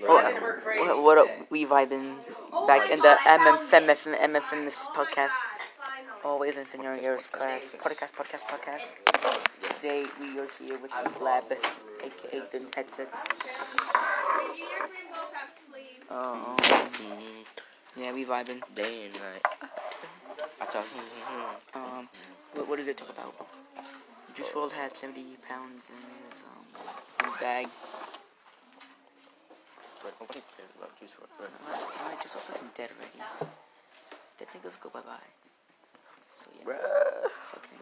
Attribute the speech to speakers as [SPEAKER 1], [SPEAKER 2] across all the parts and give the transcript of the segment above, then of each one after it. [SPEAKER 1] What, what, what up, we vibing back in the MFM, MFM, MFM
[SPEAKER 2] Oh
[SPEAKER 1] podcast. Always in Senor Year's class. Podcast, podcast, podcast. Today we are here with the lab, aka the headsets. Um, yeah, we vibing.
[SPEAKER 3] Day and night. I talk. hmm,
[SPEAKER 1] Um, what, what did they talk about? Juice World had 70 pounds in his um, bag.
[SPEAKER 3] But nobody cares about Juice WRLD. But
[SPEAKER 1] Alright, just also fucking dead already. Dead niggas go bye bye. So yeah, fucking.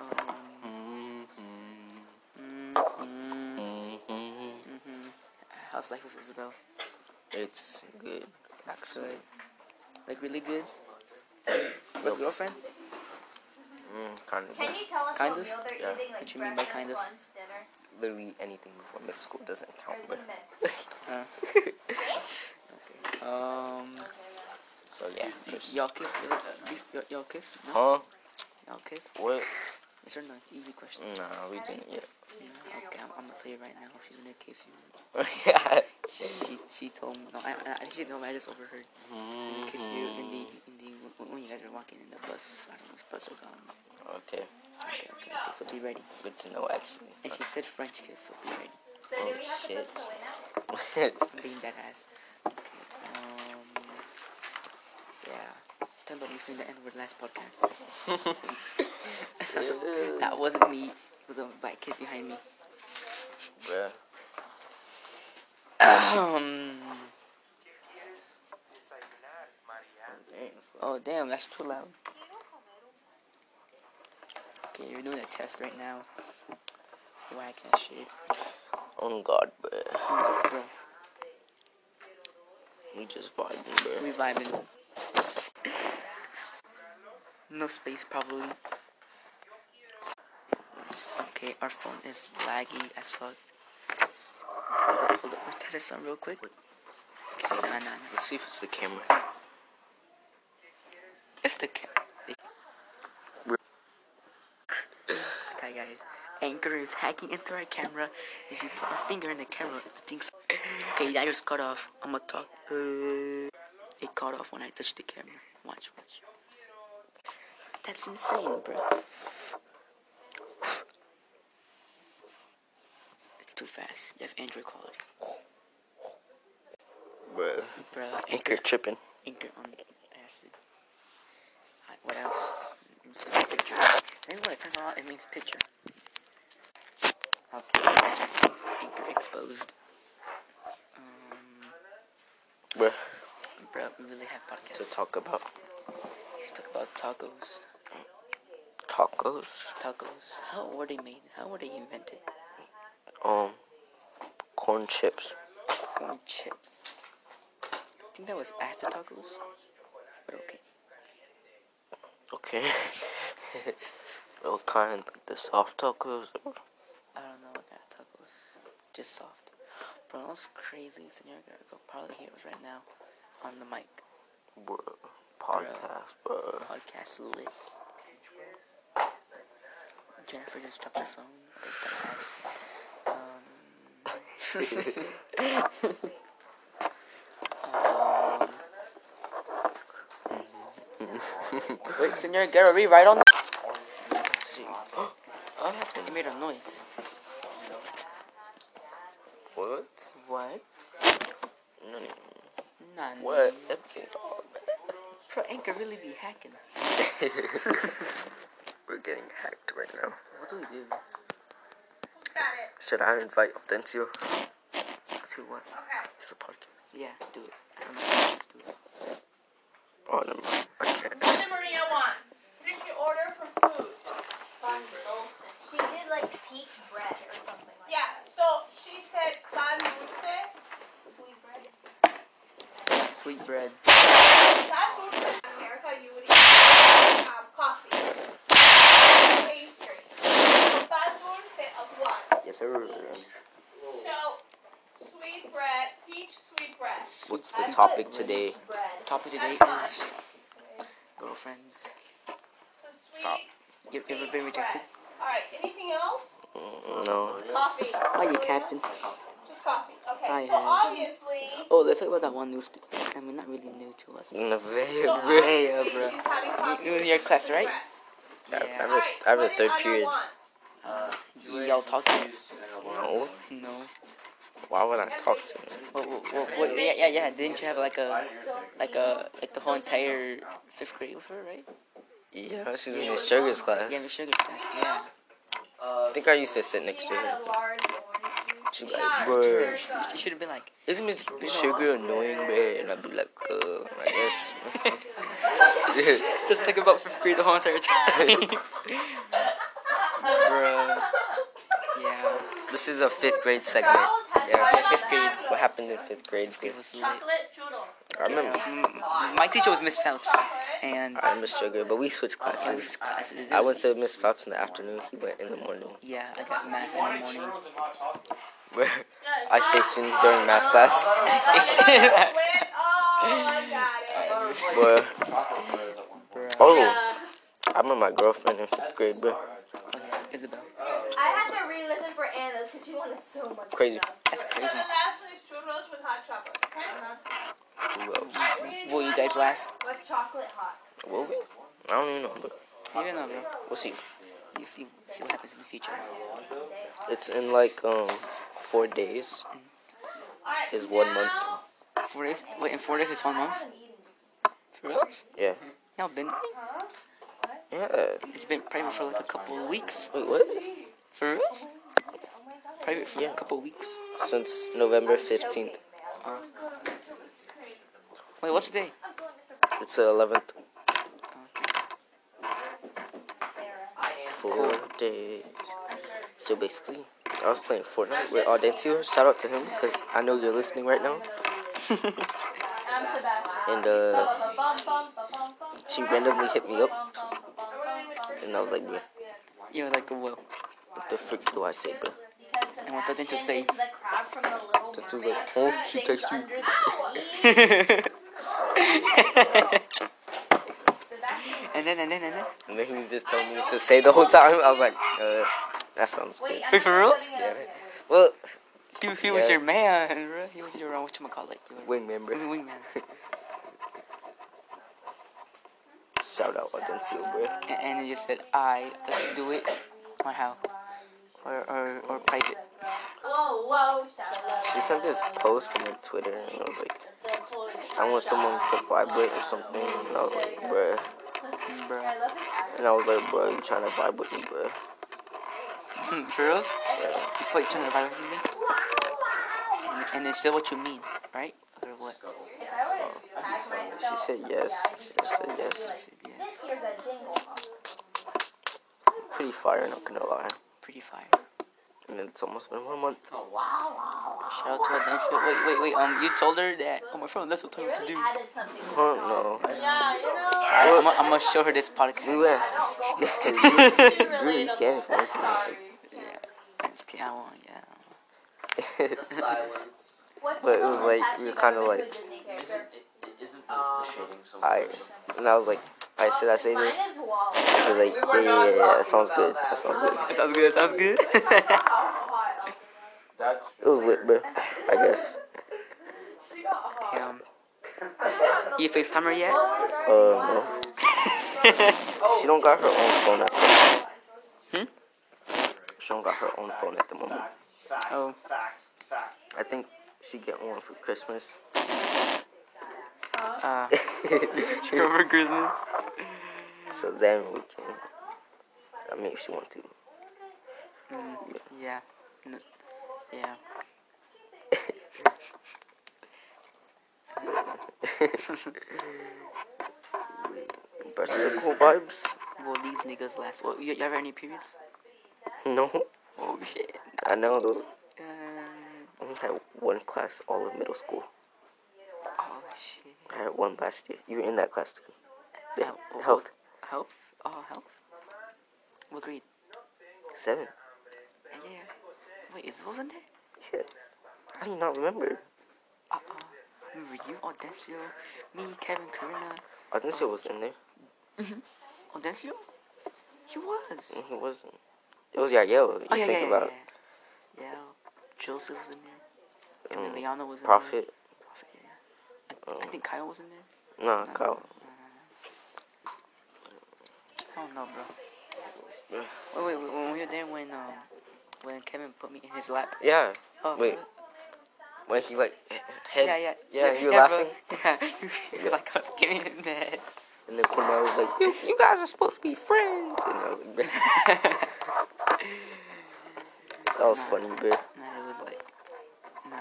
[SPEAKER 1] Um,
[SPEAKER 3] Mm-hmm,
[SPEAKER 1] mm, mm-hmm. How's life with Isabel?
[SPEAKER 3] It's good. Actually,
[SPEAKER 1] Like really good. With girlfriend?
[SPEAKER 3] mm, kind of.
[SPEAKER 2] Can you tell us
[SPEAKER 1] Kind
[SPEAKER 2] what
[SPEAKER 1] of?
[SPEAKER 2] meal they're
[SPEAKER 3] Yeah.
[SPEAKER 2] eating, like
[SPEAKER 1] What you mean by
[SPEAKER 2] breakfast,
[SPEAKER 1] kind of?
[SPEAKER 2] lunch, dinner,
[SPEAKER 3] Literally anything before middle school doesn't
[SPEAKER 2] or
[SPEAKER 3] count.
[SPEAKER 2] is
[SPEAKER 3] But
[SPEAKER 2] it mixed?
[SPEAKER 1] Uh, um,
[SPEAKER 3] so yeah. first-
[SPEAKER 1] y'all kiss? Y'all, y'all kiss? No,
[SPEAKER 3] Huh?
[SPEAKER 1] y'all kiss?
[SPEAKER 3] What?
[SPEAKER 1] Yes or no? Easy question.
[SPEAKER 3] Nah, we didn't yet.
[SPEAKER 1] Okay, I'm, I'm gonna play it right now. She's gonna kiss you.
[SPEAKER 3] yeah.
[SPEAKER 1] She she, she told me. No, I, I I actually no, I just overheard.
[SPEAKER 3] Mm-hmm.
[SPEAKER 1] I'm gonna kiss you in the in the when- when you guys are walking in the bus. I don't know, it's bus or gone.
[SPEAKER 3] Okay.
[SPEAKER 1] Okay, okay, okay. So be ready.
[SPEAKER 3] Good to know actually.
[SPEAKER 1] And she said French kiss. So be ready.
[SPEAKER 2] So do we have to
[SPEAKER 3] Oh, shit.
[SPEAKER 2] put
[SPEAKER 1] I'm
[SPEAKER 2] the win out?
[SPEAKER 1] being that ass. Okay. Um. Yeah. It's time about me saying the end word last podcast. that wasn't me. It was a black kid behind me.
[SPEAKER 3] Bruh.
[SPEAKER 1] Um.
[SPEAKER 4] ¿Qué quieres desayunar, María?
[SPEAKER 1] Oh damn, that's too loud. Okay, you're doing a test right now. Whack that shit.
[SPEAKER 3] Oh God, bruh.
[SPEAKER 1] Bro,
[SPEAKER 3] We just vibing, bruh.
[SPEAKER 1] we vibing. No space probably. Okay, our phone is laggy as fuck. Hold up, hold up. Let's test this on real quick. Okay, nah, nah, nah.
[SPEAKER 3] Let's see if it's the camera.
[SPEAKER 1] It's the cat. Okay, guys. Anchor is hacking into our camera. If you put your finger in the camera, it thinks. Okay, that just cut off. I'ma talk. Uh, it cut off when I touched the camera. Watch, watch. That's insane, bro. It's too fast. You have Android quality,
[SPEAKER 3] Bruh.
[SPEAKER 1] bro.
[SPEAKER 3] Anchor tripping.
[SPEAKER 1] Anchor on acid. Alright, what else? Picture. Then when it turns out, it means picture. Okay. Anchor exposed. Um,
[SPEAKER 3] Bruh.
[SPEAKER 1] bro, we really have
[SPEAKER 3] To
[SPEAKER 1] podcasts.
[SPEAKER 3] talk about
[SPEAKER 1] Let's talk about tacos.
[SPEAKER 3] tacos.
[SPEAKER 1] Tacos. How were they made? How were they invented?
[SPEAKER 3] Um, corn chips.
[SPEAKER 1] Corn chips. I think that was after tacos. But okay.
[SPEAKER 3] Okay. what kind? Like the soft tacos? or-
[SPEAKER 1] I don't know what that tacos. Just soft. Bro, that was crazy. Senor Gargo probably hears right now on the mic.
[SPEAKER 3] Bruh. Podcast, bruh.
[SPEAKER 1] Podcast lit. Jennifer just dropped her phone. Dumbass. Um. um. Wait, Senor Guerrero, rewrite on. See. Oh, it made a noise.
[SPEAKER 3] What?
[SPEAKER 1] What?
[SPEAKER 3] No, no, no.
[SPEAKER 1] Nah,
[SPEAKER 3] What? Everything's all
[SPEAKER 1] Pro Anchor really be hacking.
[SPEAKER 3] We're getting hacked right now.
[SPEAKER 1] What do we do?
[SPEAKER 3] Should I invite Hortensio
[SPEAKER 1] To what?
[SPEAKER 3] to the podcast?
[SPEAKER 1] Yeah, do it. I
[SPEAKER 3] Oh,
[SPEAKER 1] don't know. Let's do it.
[SPEAKER 3] never mind. I can't.
[SPEAKER 5] What did Maria want? What did you order for food?
[SPEAKER 2] She did like peach bread or something like
[SPEAKER 5] Yeah, so she said pan dulce.
[SPEAKER 2] that. Sweet bread.
[SPEAKER 1] Sweet bread.
[SPEAKER 5] Pan dulce in America, you would eat um, coffee. Pastry. So pan dulce of what?
[SPEAKER 3] Yes, sir.
[SPEAKER 5] So, sweet bread, peach sweet bread.
[SPEAKER 3] What's the topic today?
[SPEAKER 2] Bread.
[SPEAKER 1] Topic today
[SPEAKER 5] That's
[SPEAKER 1] is girlfriends.
[SPEAKER 5] So sweet.
[SPEAKER 1] You
[SPEAKER 5] peach
[SPEAKER 1] ever been rejected?
[SPEAKER 5] bread. Alright, anything else?
[SPEAKER 3] Mm, No.
[SPEAKER 5] Coffee.
[SPEAKER 1] Are you
[SPEAKER 5] Maria?
[SPEAKER 1] captain?
[SPEAKER 5] Just coffee, okay.
[SPEAKER 1] I
[SPEAKER 5] Okay, so
[SPEAKER 1] have.
[SPEAKER 5] obviously,
[SPEAKER 1] Oh, let's talk about that one news. I mean, not really new to us.
[SPEAKER 3] In a very,
[SPEAKER 5] so
[SPEAKER 3] very-
[SPEAKER 1] Hey, uh,
[SPEAKER 5] obviously
[SPEAKER 1] bro.
[SPEAKER 5] she's having coffee.
[SPEAKER 1] You- you in your class,
[SPEAKER 5] with
[SPEAKER 1] right?
[SPEAKER 5] Brett.
[SPEAKER 3] I
[SPEAKER 1] Yeah.
[SPEAKER 3] have
[SPEAKER 5] Alright,
[SPEAKER 3] a, I have a
[SPEAKER 5] put it
[SPEAKER 3] third
[SPEAKER 5] on your
[SPEAKER 3] period.
[SPEAKER 5] one.
[SPEAKER 1] Y'all talking?
[SPEAKER 3] No,
[SPEAKER 1] No.
[SPEAKER 3] why would I talk to him?
[SPEAKER 1] Well, well, well, well, yeah, yeah, yeah. Didn't you have like a, like a, like the whole entire fifth grade with her, right?
[SPEAKER 3] Yeah, she's in Miss Sugar's class.
[SPEAKER 1] Yeah, Miss Sugar's class. Yeah.
[SPEAKER 3] I think I used to sit next
[SPEAKER 2] She
[SPEAKER 3] to
[SPEAKER 2] had
[SPEAKER 3] her.
[SPEAKER 2] a large orange
[SPEAKER 3] She'd be
[SPEAKER 5] Nah,
[SPEAKER 3] like, bro,
[SPEAKER 5] you're good.
[SPEAKER 1] You should have been like,
[SPEAKER 3] isn't Miss Sugar annoying, bro? And I'd be like, uh, I guess.
[SPEAKER 1] just talk about fifth grade the whole entire time. Bro. Yeah.
[SPEAKER 3] this is a fifth grade segment.
[SPEAKER 2] Charles has
[SPEAKER 3] Yeah,
[SPEAKER 2] one
[SPEAKER 3] my fifth
[SPEAKER 2] of
[SPEAKER 3] grade.
[SPEAKER 2] them.
[SPEAKER 3] What happened in fifth grade?
[SPEAKER 1] It was lit.
[SPEAKER 2] Chocolate strudel.
[SPEAKER 3] I remember.
[SPEAKER 1] Mm, My teacher was Miss Phelps, and
[SPEAKER 3] I Miss Sugar, but we switched
[SPEAKER 1] it
[SPEAKER 3] classes.
[SPEAKER 1] was classes.
[SPEAKER 3] I went to Miss Fouts in the afternoon. He went in the morning.
[SPEAKER 1] Yeah, I got math in the morning.
[SPEAKER 3] Where
[SPEAKER 2] Good.
[SPEAKER 3] I stationed during math class.
[SPEAKER 5] Win. Oh, I got it.
[SPEAKER 3] Where
[SPEAKER 1] Bro.
[SPEAKER 3] oh, I met my girlfriend in fifth grade, bro. Oh.
[SPEAKER 1] Isabel.
[SPEAKER 2] I had to re-listen for Anna's because she wanted so much
[SPEAKER 3] Crazy.
[SPEAKER 2] stuff.
[SPEAKER 1] That's
[SPEAKER 5] So the
[SPEAKER 1] crazy.
[SPEAKER 5] last one is churros with hot chocolate, okay?
[SPEAKER 3] Who else?
[SPEAKER 5] Alright, we're gonna do
[SPEAKER 1] Will you
[SPEAKER 5] one
[SPEAKER 1] guys
[SPEAKER 5] more.
[SPEAKER 1] last?
[SPEAKER 2] With chocolate hot.
[SPEAKER 3] Will we? I don't even know, but
[SPEAKER 1] Even though, bro.
[SPEAKER 3] we'll see.
[SPEAKER 1] You see, see what happens in the future.
[SPEAKER 3] It's in like um four days.
[SPEAKER 5] Alright,
[SPEAKER 3] Is one month.
[SPEAKER 5] now-
[SPEAKER 1] Four days. Wait, in four days it's one month.
[SPEAKER 2] haven't eaten this.
[SPEAKER 1] For real?
[SPEAKER 3] Yeah.
[SPEAKER 1] Y'all been?
[SPEAKER 2] Huh?
[SPEAKER 3] Yeah.
[SPEAKER 1] It's been private for like a couple of weeks.
[SPEAKER 3] Wait, what?
[SPEAKER 1] For real?
[SPEAKER 2] Oh my god.
[SPEAKER 1] Private for a couple of weeks.
[SPEAKER 3] Since November fifteenth.
[SPEAKER 1] Wait, what's the day?
[SPEAKER 2] I'm so
[SPEAKER 3] It's the eleventh.
[SPEAKER 2] Sarah.
[SPEAKER 3] Four days. So basically, I was playing Fortnite with Audencio. Shout out to him, cause I know you're listening right now.
[SPEAKER 2] I'm Sebastian.
[SPEAKER 3] And uh,
[SPEAKER 2] Ba-ba-bum-bum-ba-bum-bum.
[SPEAKER 3] she randomly hit me up,
[SPEAKER 2] Ba-bum-bum-bum-bum-bum.
[SPEAKER 3] and I was like, bro,
[SPEAKER 1] You were like, whoa.
[SPEAKER 3] what the frick do I say, bro?
[SPEAKER 2] Because
[SPEAKER 1] And what didn't you
[SPEAKER 2] Sebastian
[SPEAKER 1] say?
[SPEAKER 2] is the crab from the Little
[SPEAKER 3] That's
[SPEAKER 2] Mermaid.
[SPEAKER 3] like, oh, she
[SPEAKER 2] Sings
[SPEAKER 3] texted me.
[SPEAKER 2] under the sea.
[SPEAKER 1] and
[SPEAKER 2] Sebastian.
[SPEAKER 1] then and then and then.
[SPEAKER 3] And then he was just telling me to say the whole time. I was like, uh, that sounds good.
[SPEAKER 2] Wait, I'm
[SPEAKER 1] Wait, for real?
[SPEAKER 2] putting it up
[SPEAKER 3] Yeah.
[SPEAKER 2] yet.
[SPEAKER 3] Well,
[SPEAKER 1] Dude, he was
[SPEAKER 3] Yeah.
[SPEAKER 1] your man, bro. He was your uh, whatchamacallit. You were-
[SPEAKER 3] win, member.
[SPEAKER 1] I mean, wingman.
[SPEAKER 3] Shout out Audencio, bro.
[SPEAKER 1] And, and you said, I, let's do it. Or how? Or, or, or private.
[SPEAKER 2] Whoa, whoa, shut up.
[SPEAKER 3] She sent this post from like Twitter, and I was like, I want someone to vibrate or something. And I was like, bruh.
[SPEAKER 1] Bro.
[SPEAKER 2] I love his attitude.
[SPEAKER 3] And I was like, bruh, you trying to vibe with me, bruh.
[SPEAKER 1] For real? Wait, trying to vibe with me? And, and it's still what you mean, right? Or what?
[SPEAKER 2] If I were to tag
[SPEAKER 3] She
[SPEAKER 2] myself,
[SPEAKER 3] said yes. She said
[SPEAKER 1] I
[SPEAKER 3] yes.
[SPEAKER 1] said, yeah,
[SPEAKER 2] this year's a dingle.
[SPEAKER 3] Pretty fire, not gonna lie.
[SPEAKER 1] pretty fire.
[SPEAKER 3] And it's almost been one month.
[SPEAKER 1] Shout out to Adensia. Wait, wait, wait. Um, you told her that. Oh, my friend, that's what I
[SPEAKER 2] You
[SPEAKER 1] told her to
[SPEAKER 2] really
[SPEAKER 1] do.
[SPEAKER 2] added something to the
[SPEAKER 3] Oh
[SPEAKER 2] song.
[SPEAKER 3] no.
[SPEAKER 2] Yeah, you know.
[SPEAKER 1] I, I'm, gonna- I'm gonna show her this
[SPEAKER 3] We
[SPEAKER 1] podcast.
[SPEAKER 3] went.
[SPEAKER 2] I don't go home.
[SPEAKER 3] Really can't
[SPEAKER 2] Sorry.
[SPEAKER 1] It's okay, I won't, yeah.
[SPEAKER 3] fancy.
[SPEAKER 6] silence.
[SPEAKER 2] What's
[SPEAKER 3] But it
[SPEAKER 2] the
[SPEAKER 3] was
[SPEAKER 2] most
[SPEAKER 3] like,
[SPEAKER 2] attached
[SPEAKER 3] we
[SPEAKER 2] you've
[SPEAKER 3] kinda
[SPEAKER 2] ever been
[SPEAKER 3] like-
[SPEAKER 2] to a Disney
[SPEAKER 6] Isn't
[SPEAKER 2] character?
[SPEAKER 6] it, isn't the shading
[SPEAKER 3] I and I was like, I should I say
[SPEAKER 2] Mine
[SPEAKER 3] this?
[SPEAKER 2] is Wally.
[SPEAKER 3] She was like, yeah, yeah, yeah, yeah, that sounds good. That sounds good.
[SPEAKER 1] Sounds good, sounds good.
[SPEAKER 2] Hot.
[SPEAKER 6] That's
[SPEAKER 3] It was lit, bro. I guess.
[SPEAKER 1] um, you FaceTime her yet?
[SPEAKER 3] Uh, no. She don't got her own phone at the moment. She don't got her own phone at the moment.
[SPEAKER 1] Oh.
[SPEAKER 3] I think she get one for Christmas.
[SPEAKER 1] Uh, over Christmas.
[SPEAKER 3] so then we can. I mean, if she want to.
[SPEAKER 1] Yeah. N- yeah.
[SPEAKER 3] But still cool vibes.
[SPEAKER 1] Well, these niggas last. Well, you, you have any periods?
[SPEAKER 3] No,
[SPEAKER 1] Oh shit.
[SPEAKER 3] I know.
[SPEAKER 1] Um,
[SPEAKER 3] I only had one class all of middle school.
[SPEAKER 1] oh shit.
[SPEAKER 3] I had one last year. You were in that class too. The
[SPEAKER 1] Oh,
[SPEAKER 3] he- health
[SPEAKER 1] Health? Oh, health. What grade?
[SPEAKER 3] seven.
[SPEAKER 1] Uh, Yeah. Wait, is wasn't there?
[SPEAKER 3] Yeah. How do you not remember?
[SPEAKER 1] Uh oh. Remember you, Audencio, me, Kevin, Karina.
[SPEAKER 3] I think she was in there.
[SPEAKER 1] Audencio? Oh, He was.
[SPEAKER 3] And he wasn't. It was Yael. You
[SPEAKER 1] Oh yeah, yeah,
[SPEAKER 3] Mm, think
[SPEAKER 1] yeah,
[SPEAKER 3] about
[SPEAKER 1] yeah. yeah. Joseph was in there. And then
[SPEAKER 3] Mm.
[SPEAKER 1] Liana was in
[SPEAKER 3] Profit.
[SPEAKER 1] there. Prophet, yeah. I, th- I think Kyle was in there.
[SPEAKER 3] No, Kyle.
[SPEAKER 1] I don't know, bro. Wait, wait, wait, when we were there, when um, when Kevin put me in his lap.
[SPEAKER 3] Yeah.
[SPEAKER 1] Oh,
[SPEAKER 3] Wait. When he like he- head.
[SPEAKER 1] Yeah, yeah,
[SPEAKER 3] Yeah, you were
[SPEAKER 1] bro.
[SPEAKER 3] laughing.
[SPEAKER 1] Yeah, you were like I was giving him the head.
[SPEAKER 3] And then Cornell was like, you, you guys are supposed to be friends. And I was like, "Bruh." that was funny, bro.
[SPEAKER 1] nah, it was like, nah.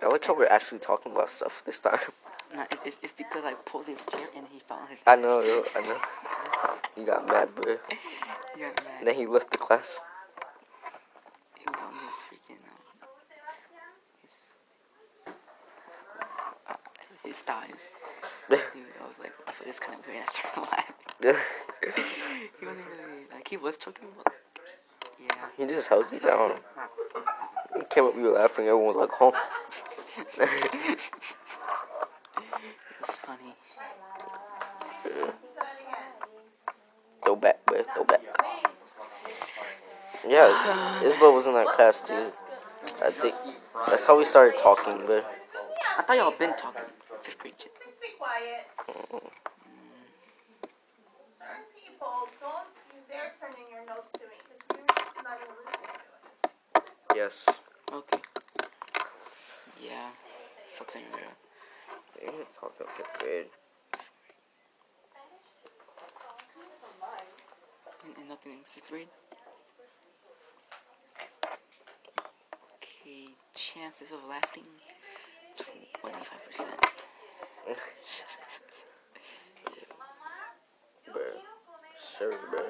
[SPEAKER 3] I like how we're actually talking about stuff this time.
[SPEAKER 1] Nah, it, it's, it's because I pulled his chair and he fell on his
[SPEAKER 3] I know, yo, I know. He got mad, bro.
[SPEAKER 1] Yeah,
[SPEAKER 3] And
[SPEAKER 1] man.
[SPEAKER 3] then he left the class.
[SPEAKER 1] He was on his freaking, um, his, uh, his thighs. Dude, I was like, I feel this kind of weird. I started laughing.
[SPEAKER 3] he
[SPEAKER 1] He wasn't really, like, he was choking, but, yeah.
[SPEAKER 3] just held you down. He came up, we were laughing. Everyone was like, "Huh?"
[SPEAKER 1] It's funny.
[SPEAKER 3] Go back, bro. Go back. Yeah, Isabel was in that class too. I think that's how we started talking, bro.
[SPEAKER 1] I thought y'all been talking. Fifth grade shit.
[SPEAKER 5] Just be quiet. Certain people don't, they're turning your nose to me because you're not even listening to it.
[SPEAKER 3] Yes.
[SPEAKER 1] Okay. Yeah. Fuck that girl.
[SPEAKER 3] We didn't talk about fifth grade.
[SPEAKER 1] And, and nothing in sixth grade? Okay, chances of lasting 25%.
[SPEAKER 3] Bro. Sure, bro.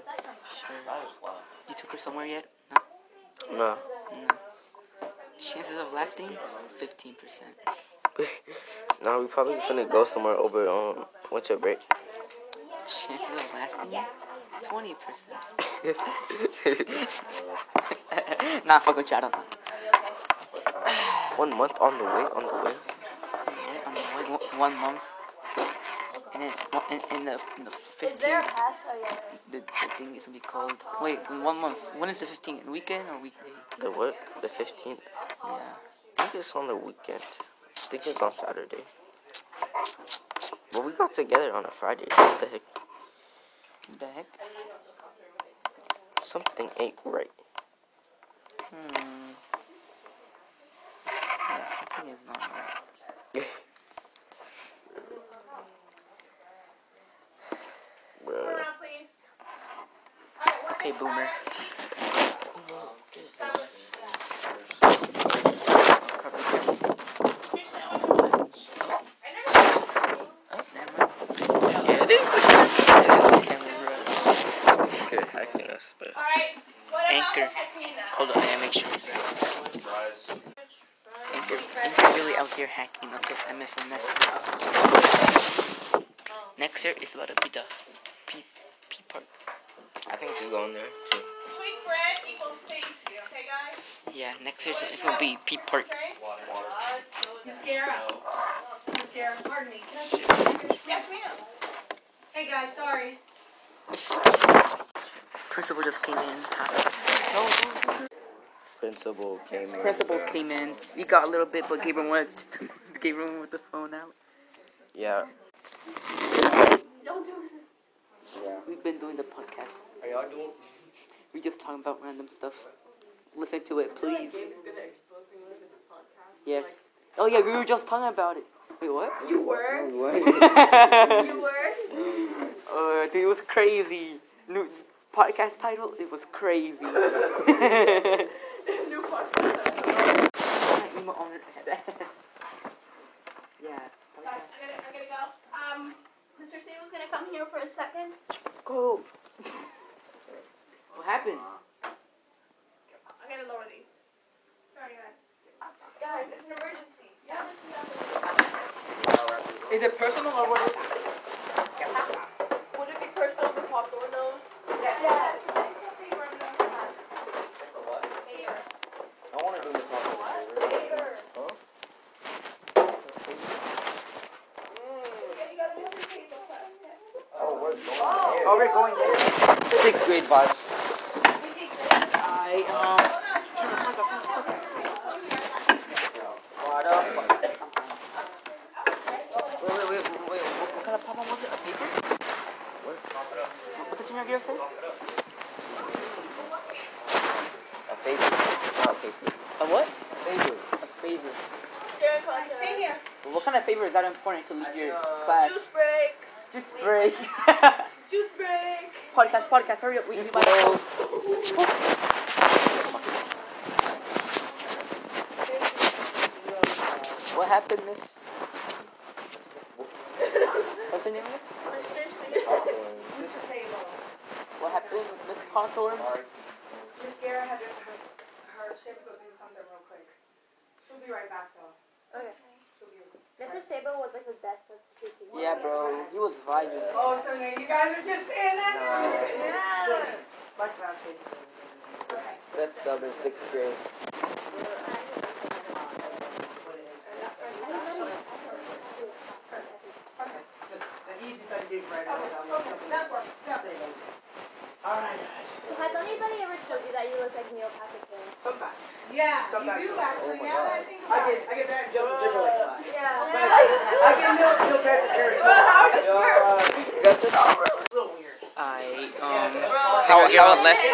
[SPEAKER 1] You took her somewhere yet? No.
[SPEAKER 3] No.
[SPEAKER 1] Chances of lasting 15%.
[SPEAKER 3] Nah, we probably finna go somewhere over um winter break.
[SPEAKER 1] Chances of lasting 20%. nah, fuck with you, I don't know.
[SPEAKER 3] One month on the way, on the way.
[SPEAKER 1] On the way, one- one month. And then one- in, in the in the
[SPEAKER 2] Is there a
[SPEAKER 1] 15th,
[SPEAKER 2] pass? Oh, yeah, there is.
[SPEAKER 1] the, the thing is gonna be called. Wait, in one month. When is the 15th? Weekend or weekday?
[SPEAKER 3] The what? The fifteenth.
[SPEAKER 1] Yeah.
[SPEAKER 3] I think it's on the weekend. I think it's on Saturday. But we got together on a Friday. What the heck?
[SPEAKER 1] What the heck?
[SPEAKER 3] Something ain't right.
[SPEAKER 1] Hmm. Yeah, something is not right.
[SPEAKER 5] Turn
[SPEAKER 3] Bro.
[SPEAKER 5] around, please. All right, we're
[SPEAKER 1] Okay,
[SPEAKER 5] gonna
[SPEAKER 1] boomer.
[SPEAKER 5] start. Here's that one.
[SPEAKER 1] Oh, never mind. uh,
[SPEAKER 3] You're hacking us, bro.
[SPEAKER 5] All right, what about
[SPEAKER 1] Anchor.
[SPEAKER 5] the Katrina?
[SPEAKER 1] Hold on, I gotta make sure. Anchor, Anchor really out here hacking up the MFMS. Next year is about to be the P, P part.
[SPEAKER 3] I think she's going there too.
[SPEAKER 5] Sweet bread equals pastry, okay, guys?
[SPEAKER 1] Yeah, next year it's gonna be P part.
[SPEAKER 5] Okay?
[SPEAKER 7] Mascara. Mascara, pardon me. Can I
[SPEAKER 5] Yes, ma'am.
[SPEAKER 7] Hey guys, sorry.
[SPEAKER 1] Principal just came in.
[SPEAKER 3] Principal came in.
[SPEAKER 1] Principal came in. We got a little bit, but Gabriel wanted to, Gabriel went with the phone out.
[SPEAKER 3] Yeah.
[SPEAKER 1] We've been doing the podcast.
[SPEAKER 3] Are y'all doing?
[SPEAKER 1] We just talking about random stuff. Listen to it, please. Yes. Oh yeah, we were just talking about it. Wait, what?
[SPEAKER 3] You were. You were.
[SPEAKER 1] oh,
[SPEAKER 2] You were?
[SPEAKER 1] dude, Uh, it was crazy. New podcast title. It was crazy. New podcast. yeah.
[SPEAKER 5] Guys, I gotta, I gotta go. Um, Mr. Steve was gonna come here for a second.
[SPEAKER 1] Go. what happened?
[SPEAKER 5] I gotta lower these. Sorry, guys.
[SPEAKER 2] Guys, it's an emergency.
[SPEAKER 1] Is it personal or what is it?
[SPEAKER 7] Would it be personal if Miss Hawthorne knows?
[SPEAKER 5] Yeah. It's okay, we're on the other side.
[SPEAKER 6] I want to do this
[SPEAKER 5] Yeah, you gotta move the table.
[SPEAKER 6] Oh, we're going
[SPEAKER 1] Are we going there? Sixth grade vibes. I um.
[SPEAKER 5] Hold on, hold on.
[SPEAKER 6] Why
[SPEAKER 1] Oh, What kind of favor is that important to leave your class?
[SPEAKER 5] Juice break.
[SPEAKER 1] Just break.
[SPEAKER 5] Juice break.
[SPEAKER 1] podcast, podcast, hurry up. We, we might What happened, miss? What's her name? miss?
[SPEAKER 5] Let's finish the Mr. Table.
[SPEAKER 1] What happened, Miss Contour?
[SPEAKER 5] Miss Guerra had her, her shift go do something real quick. She'll be right back though.
[SPEAKER 2] Okay.
[SPEAKER 5] She'll be.
[SPEAKER 2] Mr. Sabo was like the best substitute. teacher.
[SPEAKER 1] Yeah, bro. He was vibing.
[SPEAKER 5] Oh, so now you guys are just saying that now? Okay.
[SPEAKER 3] Best sub in sixth grade.
[SPEAKER 5] Okay, that works. That works.
[SPEAKER 2] Has anybody ever told you that you look like Neil Patrick Harris?
[SPEAKER 5] Yeah, you do actually, now that I think about it.
[SPEAKER 2] Yeah.
[SPEAKER 1] I, um,
[SPEAKER 3] How, how I left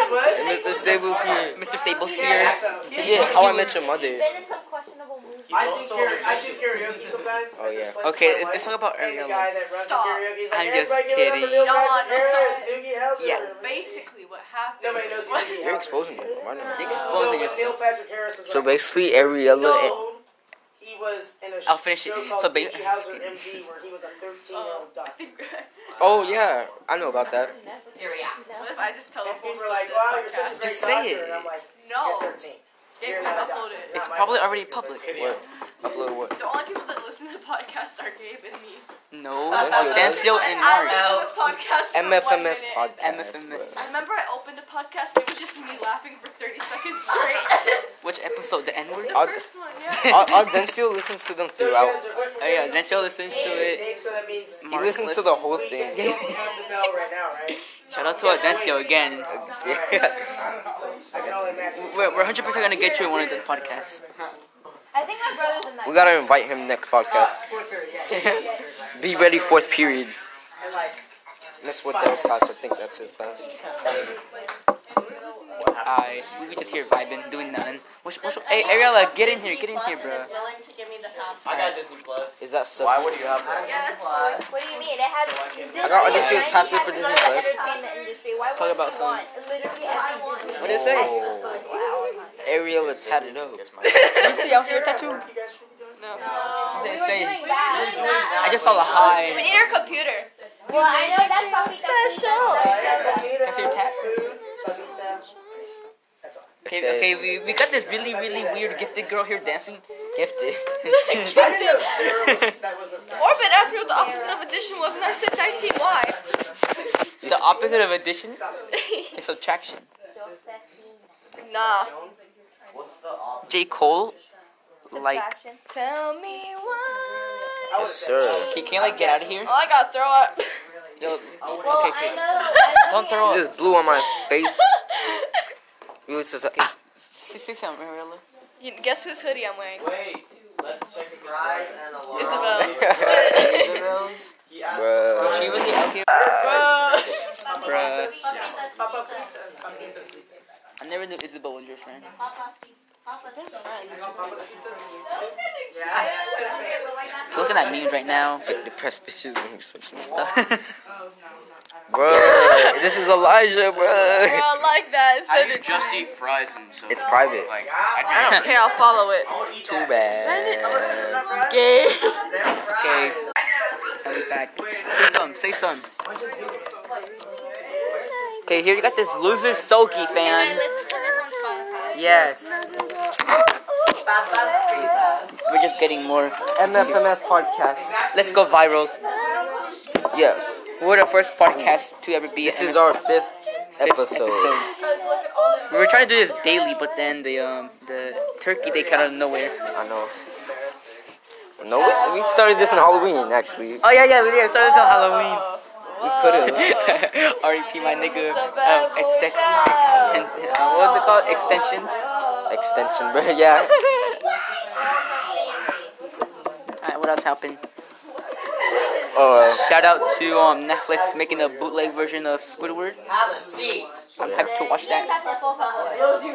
[SPEAKER 1] Mr. Sable's here. Mr. Sable's here.
[SPEAKER 3] Yeah, how I met your mother.
[SPEAKER 2] He's been in some questionable movies.
[SPEAKER 8] I sing karaoke. I sing karaoke sometimes.
[SPEAKER 3] Oh, yeah.
[SPEAKER 1] Okay, let's, let's talk about
[SPEAKER 8] And the
[SPEAKER 1] Ariella.
[SPEAKER 8] guy that runs the
[SPEAKER 9] Stop.
[SPEAKER 8] karaoke is like,
[SPEAKER 1] I'm just
[SPEAKER 8] "Everybody give it
[SPEAKER 1] kidding.
[SPEAKER 8] up for Neil
[SPEAKER 9] No,
[SPEAKER 8] Patrick
[SPEAKER 9] no,
[SPEAKER 8] Harris,
[SPEAKER 9] sorry.
[SPEAKER 8] Doogie Howser."
[SPEAKER 1] Yeah.
[SPEAKER 9] Basically, what happened?
[SPEAKER 8] Nobody knows who Doogie
[SPEAKER 3] You're
[SPEAKER 8] Howser
[SPEAKER 3] exposing me. Why
[SPEAKER 1] You're
[SPEAKER 3] not?
[SPEAKER 8] is.
[SPEAKER 1] exposing
[SPEAKER 8] So when
[SPEAKER 1] yourself.
[SPEAKER 8] Neil Patrick Harris was
[SPEAKER 3] So
[SPEAKER 8] like,
[SPEAKER 3] basically, Ariella.
[SPEAKER 8] "No," he was in a
[SPEAKER 1] I'll finish it.
[SPEAKER 8] show called
[SPEAKER 1] So ba-
[SPEAKER 8] Doogie Howser MD, where he was a 13-year-old
[SPEAKER 9] I
[SPEAKER 8] duck.
[SPEAKER 9] think we're-
[SPEAKER 3] Oh, yeah. I know about that.
[SPEAKER 9] Here we are. What if I just tell the
[SPEAKER 8] And
[SPEAKER 9] whole
[SPEAKER 8] people were like,
[SPEAKER 9] story
[SPEAKER 8] "Wow,
[SPEAKER 9] on
[SPEAKER 8] you're
[SPEAKER 9] the
[SPEAKER 8] such a
[SPEAKER 9] podcast?
[SPEAKER 8] great
[SPEAKER 1] Just say
[SPEAKER 8] doctor,"
[SPEAKER 1] it.
[SPEAKER 8] and I'm like,
[SPEAKER 9] No.
[SPEAKER 8] "You're 13.
[SPEAKER 9] Get
[SPEAKER 8] You're
[SPEAKER 9] them
[SPEAKER 8] not a
[SPEAKER 9] to upload
[SPEAKER 8] doctor.
[SPEAKER 9] it.
[SPEAKER 8] You're not
[SPEAKER 1] It's
[SPEAKER 8] my
[SPEAKER 1] probably
[SPEAKER 8] doctor."
[SPEAKER 1] already
[SPEAKER 8] He was like,
[SPEAKER 1] public.
[SPEAKER 8] "Idiot."
[SPEAKER 3] What? Upload what?
[SPEAKER 9] The only people that listen to the podcast are Gabe and me.
[SPEAKER 1] No,
[SPEAKER 3] That's
[SPEAKER 1] Stansfield
[SPEAKER 9] I
[SPEAKER 1] and
[SPEAKER 9] I
[SPEAKER 1] Mars.
[SPEAKER 9] listened to the podcast for one
[SPEAKER 3] MFMS
[SPEAKER 9] minute.
[SPEAKER 3] podcast.
[SPEAKER 1] MFMS.
[SPEAKER 9] I remember I opened a podcast. It was just me laughing for 30 seconds straight.
[SPEAKER 1] Which episode? The N word?
[SPEAKER 9] the
[SPEAKER 3] I'll-
[SPEAKER 9] first one, yeah.
[SPEAKER 3] Our, our Denzil listens to them
[SPEAKER 8] So you
[SPEAKER 3] throughout.
[SPEAKER 8] guys are what-
[SPEAKER 1] Oh yeah, Denzil listens to it.
[SPEAKER 8] Okay, so that means
[SPEAKER 3] He listens to the whole thing.
[SPEAKER 8] You don't have the bell right now, right?
[SPEAKER 1] Shout out to Audencio again.
[SPEAKER 8] I can only imagine.
[SPEAKER 1] We're, we're 100% gonna get you in one of the podcasts.
[SPEAKER 2] I think my brother's in that.
[SPEAKER 3] We gotta invite him next podcast. Be ready, fourth period.
[SPEAKER 8] And like,
[SPEAKER 3] Miss Waddell's class, I think that's his class.
[SPEAKER 1] I we were just here vibing, doing nothing. What's, what's, hey Ariella, get in here, get in here, bro.
[SPEAKER 9] willing to give me the
[SPEAKER 8] I got Disney Plus.
[SPEAKER 3] Is that sub? Why would you have
[SPEAKER 9] Yeah, that's so
[SPEAKER 2] What do you mean? It has. Disney
[SPEAKER 3] I got Audition's
[SPEAKER 2] and Nike
[SPEAKER 3] password
[SPEAKER 2] has
[SPEAKER 3] for
[SPEAKER 2] a
[SPEAKER 3] Disney
[SPEAKER 2] lot of
[SPEAKER 3] Plus.
[SPEAKER 2] Entertainment industry. Why
[SPEAKER 1] Talk
[SPEAKER 2] wouldn't
[SPEAKER 1] about
[SPEAKER 2] you
[SPEAKER 1] some-
[SPEAKER 2] want literally every Disney?
[SPEAKER 3] What it say? Ariel is tatted up.
[SPEAKER 1] Can you see out here tattoo? No.
[SPEAKER 2] No, we
[SPEAKER 1] Didn't
[SPEAKER 2] were
[SPEAKER 1] say.
[SPEAKER 2] doing that.
[SPEAKER 1] I just saw the
[SPEAKER 9] We
[SPEAKER 1] high.
[SPEAKER 9] need our computer.
[SPEAKER 2] Well, I know that's probably special.
[SPEAKER 1] That's your tat. Okay, okay, we, we got this really really weird gifted girl here dancing.
[SPEAKER 3] Gifted.
[SPEAKER 8] I didn't know Sarah was, that was a special.
[SPEAKER 9] Orbit asked me what the opposite of addition was, and I said 19Y.
[SPEAKER 1] The opposite of addition is subtraction.
[SPEAKER 9] Nah.
[SPEAKER 1] J Cole, like,
[SPEAKER 2] Subtraction.
[SPEAKER 9] Tell me why.
[SPEAKER 3] Yes, sir.
[SPEAKER 1] can, can you like get out of here?
[SPEAKER 9] Oh, I gotta throw out.
[SPEAKER 1] Yo,
[SPEAKER 2] Well,
[SPEAKER 1] okay,
[SPEAKER 2] I
[SPEAKER 1] okay.
[SPEAKER 2] know.
[SPEAKER 1] Don't throw
[SPEAKER 3] You
[SPEAKER 1] up.
[SPEAKER 3] just blew on my face. It was just like, ah.
[SPEAKER 1] Say, say something, Ariella.
[SPEAKER 9] You, guess whose hoodie I'm wearing?
[SPEAKER 8] Wait, let's check this out.
[SPEAKER 9] Isabel.
[SPEAKER 3] Bruh.
[SPEAKER 1] She really out here. Bruh. I never knew Isabel was your friend. She's looking at memes right now.
[SPEAKER 3] Fake depressed bitches. when he's like, Bruh. This is Elijah, bruh.
[SPEAKER 9] I like that. Send it to me.
[SPEAKER 10] eat fries and so
[SPEAKER 3] It's private.
[SPEAKER 10] like
[SPEAKER 9] I don't care. I'll follow it.
[SPEAKER 3] Too bad.
[SPEAKER 9] Send it
[SPEAKER 8] Gay.
[SPEAKER 1] okay, I'll be back. Say some, say some. Okay, here you got this loser Soki
[SPEAKER 2] Can I
[SPEAKER 1] fan.
[SPEAKER 2] listen to this on Spotify?
[SPEAKER 1] Yes. We're just getting more.
[SPEAKER 3] MFMS podcast.
[SPEAKER 1] Let's go viral.
[SPEAKER 3] Yeah.
[SPEAKER 1] We're the first podcast to ever be.
[SPEAKER 3] This
[SPEAKER 1] an
[SPEAKER 3] is our fifth episode.
[SPEAKER 1] We were trying to do this daily, but then the um the turkey they came out of nowhere.
[SPEAKER 3] I know. No, we, we started this on Halloween, actually. We
[SPEAKER 1] Oh yeah, yeah, we did. Started on Halloween.
[SPEAKER 3] could have.
[SPEAKER 1] R.I.P. My nigga. Um, XX. ten- uh, what was it called? Extensions.
[SPEAKER 3] Extension, bro. Yeah.
[SPEAKER 1] Alright, what else happened?
[SPEAKER 3] Uh,
[SPEAKER 1] Shout out to um Netflix making a bootleg version of Squidward. I'm happy to watch that.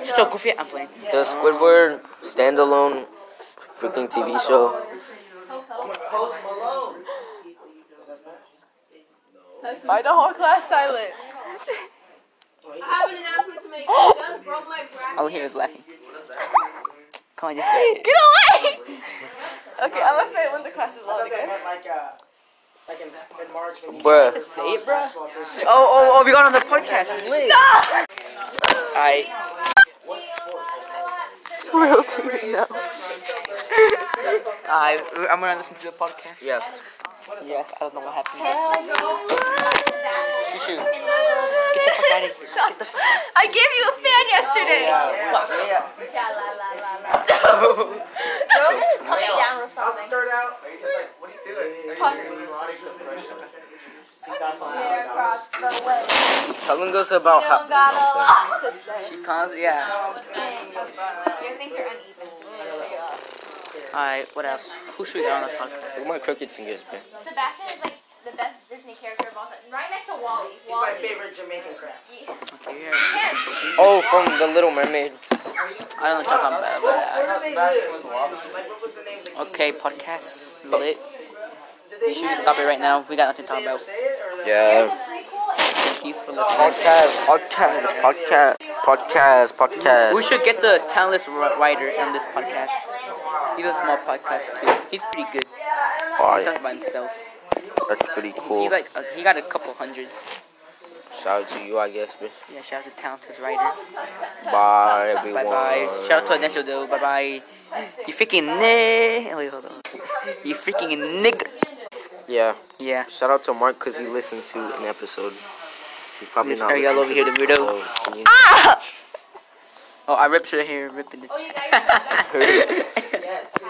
[SPEAKER 1] Shut up, Goofy. I'm playing.
[SPEAKER 3] the Squidward standalone freaking TV show.
[SPEAKER 8] Post Malone.
[SPEAKER 9] I don't hold class silent.
[SPEAKER 2] I have an announcement to make. I just broke my bracket.
[SPEAKER 1] All I hear is laughing. Come on, just say it.
[SPEAKER 9] Get away! okay, I'm gonna say it when the class is
[SPEAKER 8] I
[SPEAKER 9] loud
[SPEAKER 8] thought they
[SPEAKER 9] again.
[SPEAKER 8] meant like, uh, like in, in March when you
[SPEAKER 3] Bruh.
[SPEAKER 8] Just say it,
[SPEAKER 1] Oh, oh, oh, we got on the podcast. Lit. Alright.
[SPEAKER 9] Royalty, no.
[SPEAKER 1] I, I'm gonna listen to the podcast.
[SPEAKER 3] Yes.
[SPEAKER 1] Yes, I don't know what happened.
[SPEAKER 2] It's
[SPEAKER 1] Shoot.
[SPEAKER 2] the goal.
[SPEAKER 1] Get the fuck out of here. Get the fuck
[SPEAKER 9] I gave you a fan yesterday.
[SPEAKER 1] Yeah.
[SPEAKER 2] Sha la la la la. Coming down with
[SPEAKER 8] How's
[SPEAKER 2] something.
[SPEAKER 8] it start out? Are you just like, what are you doing?
[SPEAKER 9] Pop-
[SPEAKER 8] Are you doing body compression? See, that's all
[SPEAKER 2] They're
[SPEAKER 8] I know.
[SPEAKER 2] across the way.
[SPEAKER 3] She's telling us
[SPEAKER 1] Oh,
[SPEAKER 3] about
[SPEAKER 2] You
[SPEAKER 3] how.
[SPEAKER 2] don't got a lot to say.
[SPEAKER 1] She comes, yeah.
[SPEAKER 2] You think they're uneven?
[SPEAKER 1] Alright, what else? Who should we get on the podcast?
[SPEAKER 3] Look at my crooked fingers, man.
[SPEAKER 2] Sebastian is like the best Disney character of all time. Right next to Wally.
[SPEAKER 8] He's my
[SPEAKER 2] Wally.
[SPEAKER 8] favorite Jamaican crab.
[SPEAKER 1] Okay, here.
[SPEAKER 3] Oh, from The Little Mermaid.
[SPEAKER 1] I don't know what I'm talking about.
[SPEAKER 8] Where do they live? Like, what was the name of the
[SPEAKER 1] But,
[SPEAKER 8] king?
[SPEAKER 1] uh, okay, podcast lit.
[SPEAKER 8] Did they
[SPEAKER 1] Should we
[SPEAKER 8] ever-
[SPEAKER 1] stop it right now? We got nothing to talk
[SPEAKER 8] Did they ever
[SPEAKER 1] about.
[SPEAKER 8] say it? Or like-
[SPEAKER 2] There's
[SPEAKER 3] Yeah.
[SPEAKER 2] a prequel.
[SPEAKER 1] Thank you for listening.
[SPEAKER 3] Podcast, podcast, podcast, podcast, podcast.
[SPEAKER 1] We should get the talentless ri- writer on this podcast. He's a small podcast too. He's pretty good.
[SPEAKER 3] Oh,
[SPEAKER 1] He
[SPEAKER 3] yeah.
[SPEAKER 1] talks about himself.
[SPEAKER 3] That's pretty
[SPEAKER 1] He
[SPEAKER 3] cool.
[SPEAKER 1] like uh, he got a couple hundred.
[SPEAKER 3] Shout out to you, I guess, man.
[SPEAKER 1] Yeah, shout out to talentless writer.
[SPEAKER 3] Bye, everyone.
[SPEAKER 1] Bye bye. Shout out to Ignacio though. Bye bye. You freaking nigga. Oh, wait, hold on. You freaking nigga.
[SPEAKER 3] Yeah.
[SPEAKER 1] Yeah.
[SPEAKER 3] Shout out to Mark because he listened to an episode. He's probably
[SPEAKER 1] This
[SPEAKER 3] not.
[SPEAKER 1] Ariel over
[SPEAKER 3] listening
[SPEAKER 1] here,
[SPEAKER 3] to
[SPEAKER 1] the
[SPEAKER 3] this,
[SPEAKER 1] weirdo.
[SPEAKER 3] so
[SPEAKER 1] Ah!
[SPEAKER 3] he-
[SPEAKER 1] Oh, I ripped her hair, ripping the.
[SPEAKER 2] Oh, you guys.
[SPEAKER 3] Heard it.